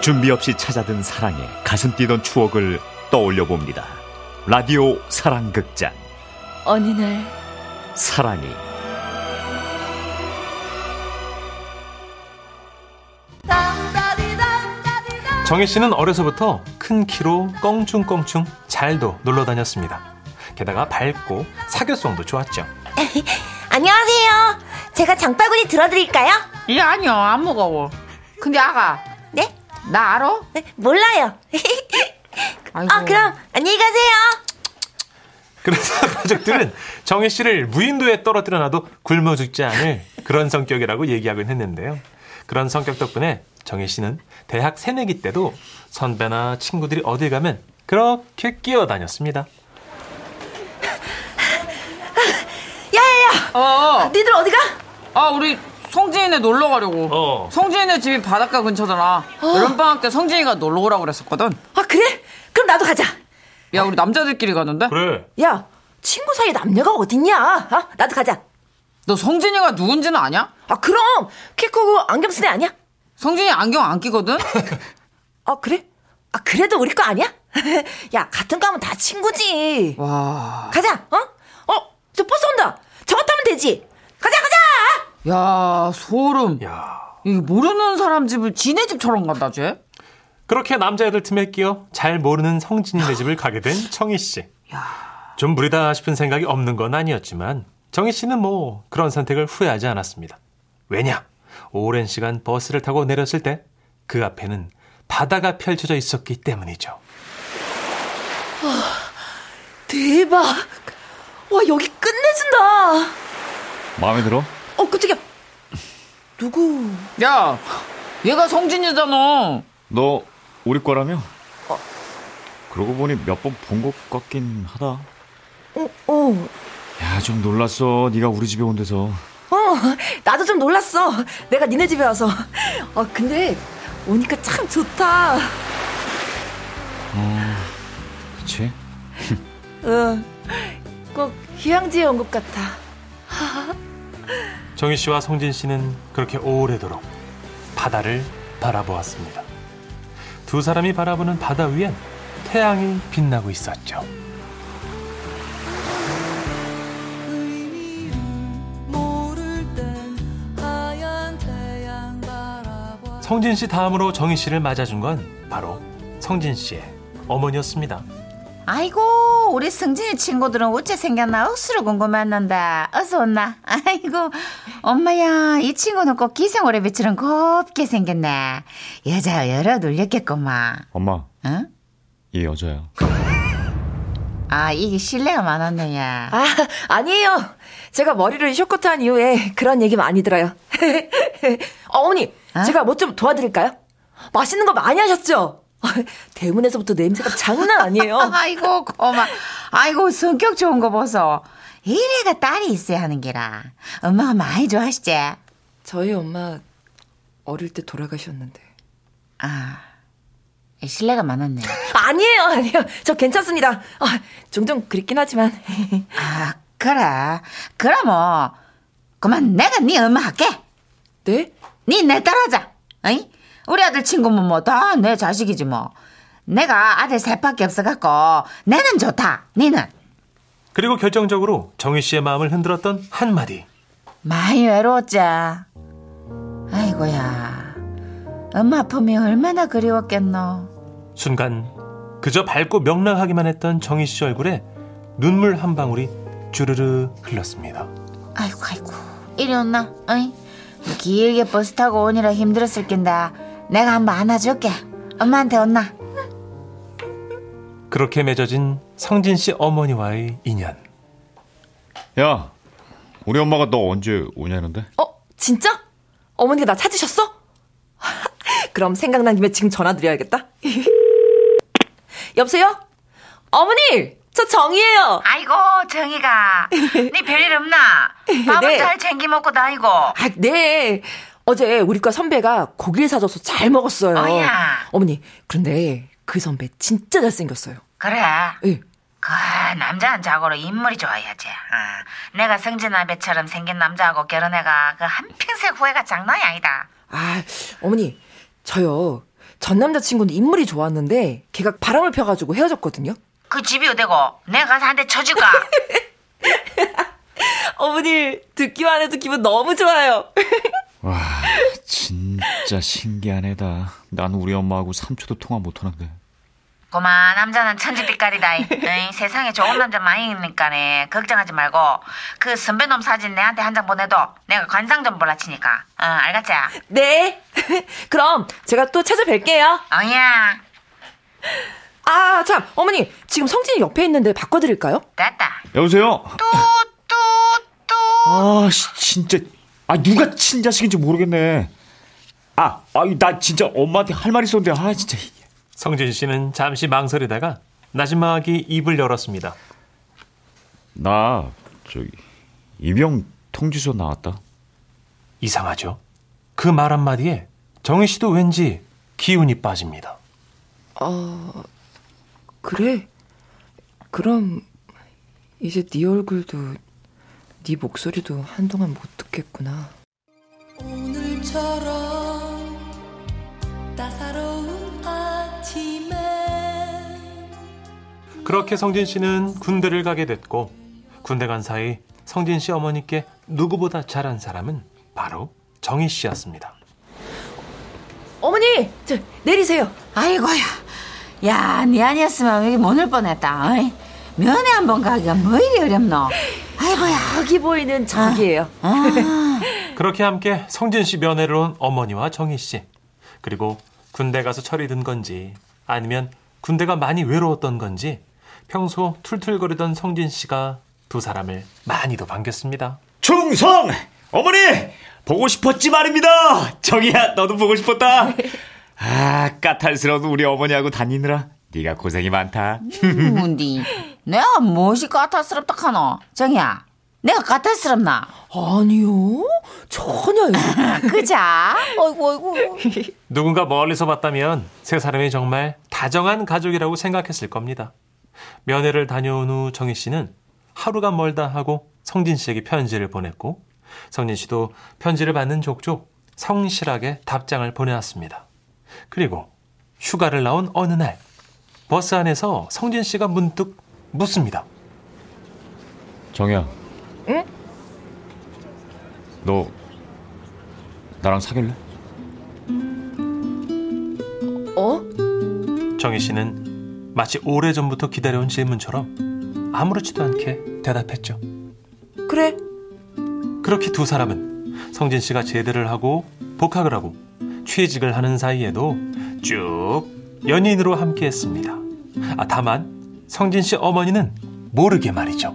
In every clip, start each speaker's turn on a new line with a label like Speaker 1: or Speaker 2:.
Speaker 1: 준비 없이 찾아든 사랑에 가슴 뛰던 추억을 떠올려 봅니다. 라디오 사랑극장
Speaker 2: 어느 날
Speaker 1: 사랑이
Speaker 3: 정혜 씨는 어려서부터 큰 키로 껑충껑충 잘도 놀러 다녔습니다. 게다가 밝고 사교성도 좋았죠.
Speaker 4: 안녕하세요. 제가 장바구니 들어드릴까요?
Speaker 5: 예, 아니요. 안 무거워. 근데 아가,
Speaker 4: 네?
Speaker 5: 나 알아?
Speaker 4: 네, 몰라요.
Speaker 5: 아이고.
Speaker 4: 아, 그럼 안녕히 가세요.
Speaker 3: 그래서 가족들은 정혜 씨를 무인도에 떨어뜨려 놔도 굶어 죽지 않을 그런 성격이라고 얘기하곤 했는데요. 그런 성격 덕분에 정혜 씨는 대학 새내기 때도 선배나 친구들이 어딜 가면 그렇게 끼어 다녔습니다.
Speaker 4: 야야야.
Speaker 5: 어,
Speaker 4: 니들 어디 가?
Speaker 5: 아, 우리 성진이네 놀러 가려고.
Speaker 3: 어.
Speaker 5: 성진이네 집이 바닷가 근처잖아.
Speaker 6: 어.
Speaker 5: 여름방학 때 성진이가 놀러 오라고 그랬었거든.
Speaker 4: 아, 그래? 그럼 나도 가자.
Speaker 5: 야, 우리 남자들끼리 가는데?
Speaker 3: 그래.
Speaker 4: 야, 친구 사이에 남녀가 어딨냐? 아, 나도 가자.
Speaker 5: 너 성진이가 누군지는 아냐?
Speaker 4: 아, 그럼 키 크고 안경 쓰네 아니야?
Speaker 5: 성진이 안경 안 끼거든?
Speaker 4: 아, 그래? 아, 그래도 우리 거 아니야? 야, 같은 과면 다 친구지.
Speaker 5: 와.
Speaker 4: 가자. 어? 어, 저 버스 온다. 저거 타면 되지. 가자, 가자.
Speaker 5: 야, 소름.
Speaker 3: 야.
Speaker 5: 이게 모르는 사람 집을 지네 집처럼 간다, 쟤?
Speaker 3: 그렇게 남자애들 틈에 끼어 잘 모르는 성진이네 집을 가게 된 청희 씨. 좀 무리다 싶은 생각이 없는 건 아니었지만 정희 씨는 뭐 그런 선택을 후회하지 않았습니다. 왜냐? 오랜 시간 버스를 타고 내렸을 때 그 앞에는 바다가 펼쳐져 있었기 때문이죠.
Speaker 4: 대박. 와, 여기 끝내준다.
Speaker 1: 마음에 들어?
Speaker 4: 어, 깜짝이야. 누구?
Speaker 5: 야, 얘가 성진이잖아.
Speaker 1: 너 우리 과라며? 그러고 보니 몇 번 본 것 같긴 하다.
Speaker 4: 어, 어,
Speaker 1: 야 좀 놀랐어. 네가 우리 집에 온 데서.
Speaker 4: 어, 나도 좀 놀랐어. 내가 니네 집에 와서. 어, 근데 오니까 참 좋다.
Speaker 1: 그치?
Speaker 4: 응, 어, 꼭 휴양지에 온 것 같아.
Speaker 3: 정희 씨와 성진 씨는 그렇게 오래도록 바다를 바라보았습니다. 두 사람이 바라보는 바다 위엔 태양이 빛나고 있었죠. 성진 씨 다음으로 정희 씨를 맞아준 건 바로 성진 씨의 어머니였습니다.
Speaker 6: 아이고 우리 승진이 친구들은 어째 생겼나 억수로 궁금한난다 어서 온나 아이고 엄마야 이 친구는 꼭 기생오래비처럼 곱게 생겼네 여자 여러 놀렸겠구만
Speaker 1: 엄마,
Speaker 6: 응?
Speaker 1: 이 여자야.
Speaker 6: 아 이게 실례가 많았네 야
Speaker 4: 아, 아니에요. 제가 머리를 쇼커트 한 이후에 그런 얘기 많이 들어요. 어, 어머니,
Speaker 6: 어?
Speaker 4: 제가 뭐 좀 도와드릴까요? 맛있는 거 많이 하셨죠? 대문에서부터 냄새가 장난 아니에요.
Speaker 6: 아이고 고마 아이고 성격 좋은 거 보소 이래가 딸이 있어야 하는 게라 엄마가 많이 좋아하시지
Speaker 4: 저희 엄마 어릴 때 돌아가셨는데.
Speaker 6: 아 실례가 많았네
Speaker 4: 아니에요, 아니에요. 저 괜찮습니다. 아, 종종 그립긴 하지만.
Speaker 6: 아, 그래. 그럼 뭐, 그만 내가 네 엄마 할게.
Speaker 4: 네?
Speaker 6: 네내 딸하자. 어이? 우리 아들 친구면 뭐 다 내 자식이지 뭐. 내가 아들 셋밖에 없어갖고 내는 좋다. 니는
Speaker 3: 그리고 결정적으로 정희 씨의 마음을 흔들었던 한마디.
Speaker 6: 많이 외로웠지. 아이고야. 엄마 아픔이 얼마나 그리웠겠노.
Speaker 3: 순간 그저 밝고 명랑하기만 했던 정희 씨 얼굴에 눈물 한 방울이 주르르 흘렀습니다.
Speaker 6: 아이고 아이고. 이리 온나. 어이? 길게 버스 타고 오느라 힘들었을 낀데 내가 한번 안아줄게. 엄마한테 온나.
Speaker 3: 그렇게 맺어진 성진 씨 어머니와의 인연.
Speaker 1: 야, 우리 엄마가 너 언제 오냐는데?
Speaker 4: 어, 진짜? 어머니가 나 찾으셨어? 그럼 생각난 김에 지금 전화드려야겠다. 여보세요? 어머니! 저 정이에요!
Speaker 6: 아이고 정희가 네 별일 없나 밥은
Speaker 4: 네.
Speaker 6: 잘 챙겨 먹고 다니고
Speaker 4: 아, 네. 어제 우리과 선배가 고기를 사줘서 잘 먹었어요.
Speaker 6: 어이야.
Speaker 4: 어머니, 그런데 그 선배 진짜 잘생겼어요.
Speaker 6: 그래
Speaker 4: 예.
Speaker 6: 그 남자는 자고로 인물이 좋아야지 어. 내가 성진아배처럼 생긴 남자하고 결혼해가 그 한평생 후회가 장난이 아니다
Speaker 4: 아, 어머니, 저요. 전 남자친구는 인물이 좋았는데 걔가 바람을 펴가지고 헤어졌거든요.
Speaker 6: 그 집이 어디고? 내가 가서 한 대 쳐줄까?
Speaker 4: 어머니 듣기만 해도 기분 너무 좋아요.
Speaker 1: 와, 진짜 신기한 애다. 난 우리 엄마하고 3초도 통화 못 하는데.
Speaker 6: 고마 남자는 천지빛깔이다. 에이, 세상에 좋은 남자 많이 있으니까네 걱정하지 말고 그 선배놈 사진 내한테 한 장 보내도 내가 관상 좀 몰아치니까. 어, 알겠지?
Speaker 4: 네. 그럼 제가 또 찾아뵐게요.
Speaker 6: 어야
Speaker 4: 아, 참. 어머니, 지금 성진이 옆에 있는데 바꿔드릴까요?
Speaker 6: 됐다.
Speaker 1: 여보세요?
Speaker 6: 뚜뚜뚜.
Speaker 1: 아, 씨, 진짜. 아, 누가 친자식인지 모르겠네. 아, 아유, 나 진짜 엄마한테 할 말 있었는데, 아, 진짜.
Speaker 3: 성진 씨는 잠시 망설이다가 나지막이 입을 열었습니다.
Speaker 1: 나, 저기, 입영 통지서 나왔다.
Speaker 3: 이상하죠? 그 말 한마디에 정희 씨도 왠지 기운이 빠집니다.
Speaker 4: 그래. 그럼 이제 네 얼굴도 네 목소리도 한동안 못 듣겠구나.
Speaker 2: 오늘처럼 따사로운 아침에
Speaker 3: 그렇게 성진 씨는 군대를 가게 됐고 군대 간 사이 성진 씨 어머니께 누구보다 잘한 사람은 바로 정희 씨였습니다.
Speaker 4: 어머니, 저 내리세요.
Speaker 6: 아이고야. 야, 네 아니었으면 여기 못 올 뻔했다. 어이. 면회 한 번 가기가 뭐 이리 어렵노. 아이고야. 어,
Speaker 4: 저기 보이는 저기예요.
Speaker 3: 그렇게 함께 성진 씨 면회를 온 어머니와 정희 씨 그리고 군대 가서 철이 든 건지 아니면 군대가 많이 외로웠던 건지 평소 툴툴거리던 성진 씨가 두 사람을 많이도 반겼습니다.
Speaker 1: 충성! 어머니! 보고 싶었지 말입니다! 정이야, 너도 보고 싶었다! 아, 까탈스러운 우리 어머니하고 다니느라 네가 고생이 많다.
Speaker 6: 뭔디? 내가 무엇이 까탈스럽다 카노? 정이야. 내가 까탈스럽나?
Speaker 4: 아니요. 전혀요.
Speaker 6: 그자? 어이구, 어이구.
Speaker 3: 누군가 멀리서 봤다면 세 사람이 정말 다정한 가족이라고 생각했을 겁니다. 면회를 다녀온 후 정희 씨는 하루가 멀다 하고 성진 씨에게 편지를 보냈고 성진 씨도 편지를 받는 족족 성실하게 답장을 보내왔습니다. 그리고 휴가를 나온 어느 날 버스 안에서 성진 씨가 문득 묻습니다.
Speaker 1: 정이야.
Speaker 4: 응?
Speaker 1: 너 나랑 사귈래?
Speaker 4: 어?
Speaker 3: 정희 씨는 마치 오래전부터 기다려온 질문처럼 아무렇지도 않게 대답했죠.
Speaker 4: 그래.
Speaker 3: 그렇게 두 사람은 성진 씨가 제대를 하고 복학을 하고 취직을 하는 사이에도 쭉 연인으로 함께했습니다. 아, 다만 성진 씨 어머니는 모르게 말이죠.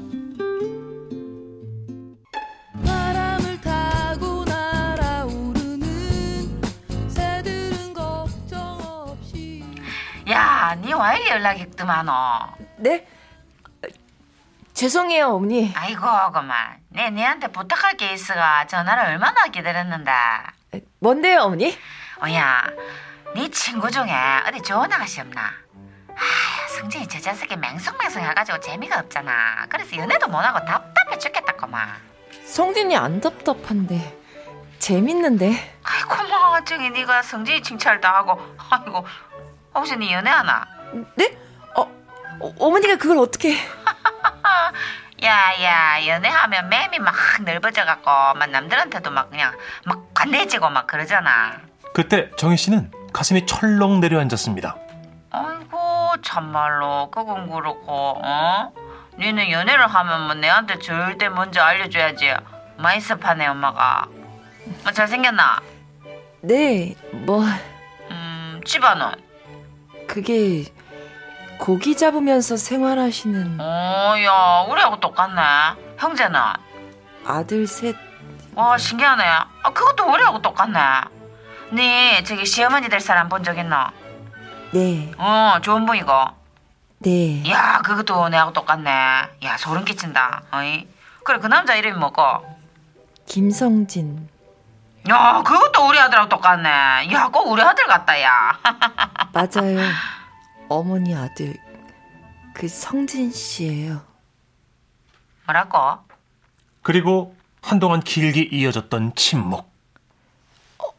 Speaker 2: 바람을 타고 날아오르는 새들은 걱정 없이
Speaker 6: 야, 니와 이리 연락이 뜸하노?
Speaker 4: 네. 죄송해요, 어머니.
Speaker 6: 아이고, 그만. 내 니한테 부탁할 게 있어가 전화를 얼마나 기다렸는데.
Speaker 4: 뭔데요, 어머니?
Speaker 6: 어야, 네 친구 중에 어디 좋은 아가씨 없나? 아, 성진이 저 자식이 맹성맹성 해가지고 재미가 없잖아. 그래서 연애도 못하고 답답해 죽겠다, 그만.
Speaker 4: 성진이 안 답답한데 재밌는데.
Speaker 6: 아이고 뭐 저기 네가 성진이 칭찬도 하고 아이고 혹시 네 연애하나?
Speaker 4: 네? 어, 어, 어머니가 그걸 어떻게?
Speaker 6: 야야 연애하면 맴이 막 넓어져갖고 막 남들한테도 막 그냥 막 관대해지고 막 그러잖아
Speaker 3: 그때 정희 씨는 가슴이 철렁 내려앉았습니다.
Speaker 6: 아이고 참말로 그건 그렇고 어? 니는 연애를 하면 뭐 내한테 절대 먼저 알려줘야지 마이스파네 엄마가 뭐 잘생겼나?
Speaker 4: 네, 뭐
Speaker 6: 음 집안은?
Speaker 4: 그게 고기 잡으면서 생활하시는
Speaker 6: 어, 오야 우리하고 똑같네 형제는?
Speaker 4: 아들 셋.
Speaker 6: 와 신기하네. 아 그것도 우리하고 똑같네. 네 저기 시어머니 될 사람 본 적 있나?
Speaker 4: 네,
Speaker 6: 어 좋은 분이고.
Speaker 4: 네.
Speaker 6: 야 그것도 내하고 똑같네. 야 소름 끼친다. 어이. 그래 그 남자 이름이 뭐고?
Speaker 4: 김성진.
Speaker 6: 야 그것도 우리 아들하고 똑같네. 야 꼭 우리 아들 같다 야.
Speaker 4: 맞아요. 어머니 아들 그 성진 씨예요.
Speaker 6: 뭐라고?
Speaker 3: 그리고 한동안 길게 이어졌던 침묵.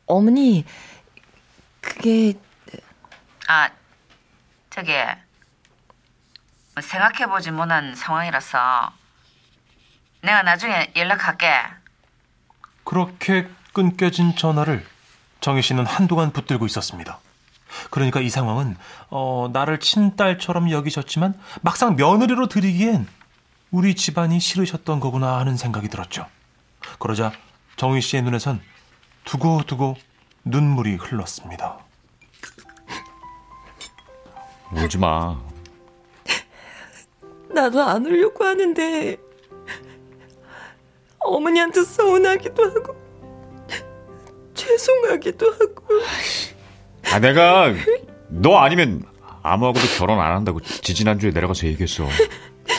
Speaker 4: 어머니 그게
Speaker 7: 아, 저기 생각해보지 못한 상황이라서 내가 나중에 연락할게.
Speaker 3: 그렇게 끊겨진 전화를 정희 씨는 한동안 붙들고 있었습니다. 그러니까 이 상황은 어, 나를 친딸처럼 여기셨지만 막상 며느리로 드리기엔 우리 집안이 싫으셨던 거구나 하는 생각이 들었죠. 그러자 정희 씨의 눈에선 두고두고 눈물이 흘렀습니다.
Speaker 1: 울지 마.
Speaker 4: 나도 안 울려고 하는데 어머니한테 서운하기도 하고 죄송하기도 하고
Speaker 1: 아, 내가 너 아니면 아무하고도 결혼 안 한다고 지지난주에 내려가서 얘기했어.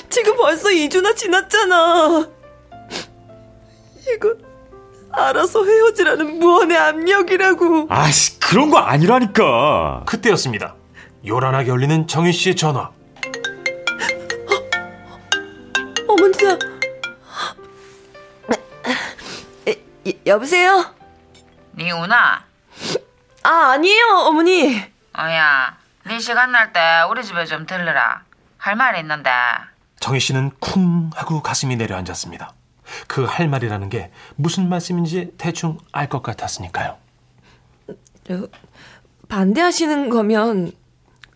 Speaker 4: 지금 벌써 2주나 지났잖아. 이거 알아서 헤어지라는 무언의 압력이라고.
Speaker 1: 아씨, 그런 거 아니라니까.
Speaker 3: 그때였습니다. 요란하게 열리는 정희 씨의 전화.
Speaker 4: 어머니야. 네. 예, 여보세요?
Speaker 6: 네 니우나,
Speaker 4: 아, 아니에요, 어머니.
Speaker 6: 어야, 네 시간 날 때 우리 집에 좀 들러라. 할 말이 있는데.
Speaker 3: 정희 씨는 쿵 하고 가슴이 내려앉았습니다. 그 할 말이라는 게 무슨 말씀인지 대충 알 것 같았으니까요.
Speaker 4: 저, 반대하시는 거면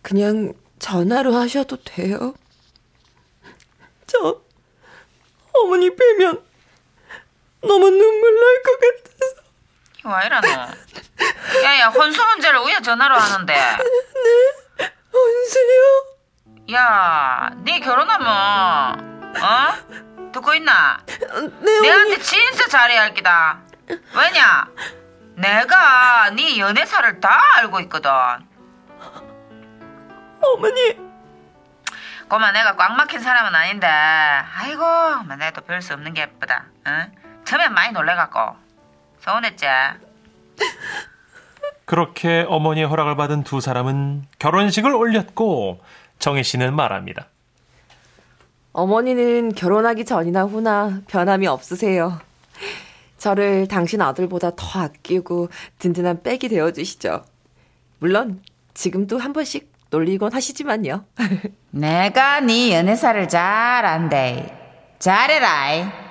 Speaker 4: 그냥 전화로 하셔도 돼요. 저 어머니 뵈면 너무 눈물 날 것 같아서
Speaker 6: 와 이러노? 야야, 혼수 문제를 왜 전화로 하는데?
Speaker 4: 언제요?
Speaker 6: 야, 네 결혼하면 어? 듣고 있나?
Speaker 4: 네,
Speaker 6: 내한테 진짜 잘해야 할 기다. 왜냐? 내가 네 연애사를 다 알고 있거든.
Speaker 4: 어머니
Speaker 6: 고마 내가 꽉 막힌 사람은 아닌데. 아이고, 뭐 내도 별 수 없는 게 예쁘다. 응? 처음엔 많이 놀래갖고 서운했지.
Speaker 3: 그렇게 어머니의 허락을 받은 두 사람은 결혼식을 올렸고 정희 씨는 말합니다.
Speaker 4: 어머니는 결혼하기 전이나 후나 변함이 없으세요. 저를 당신 아들보다 더 아끼고 든든한 백이 되어주시죠. 물론 지금도 한 번씩 놀리곤 하시지만요.
Speaker 6: 내가 네 연애사를 잘 안대. 잘해라.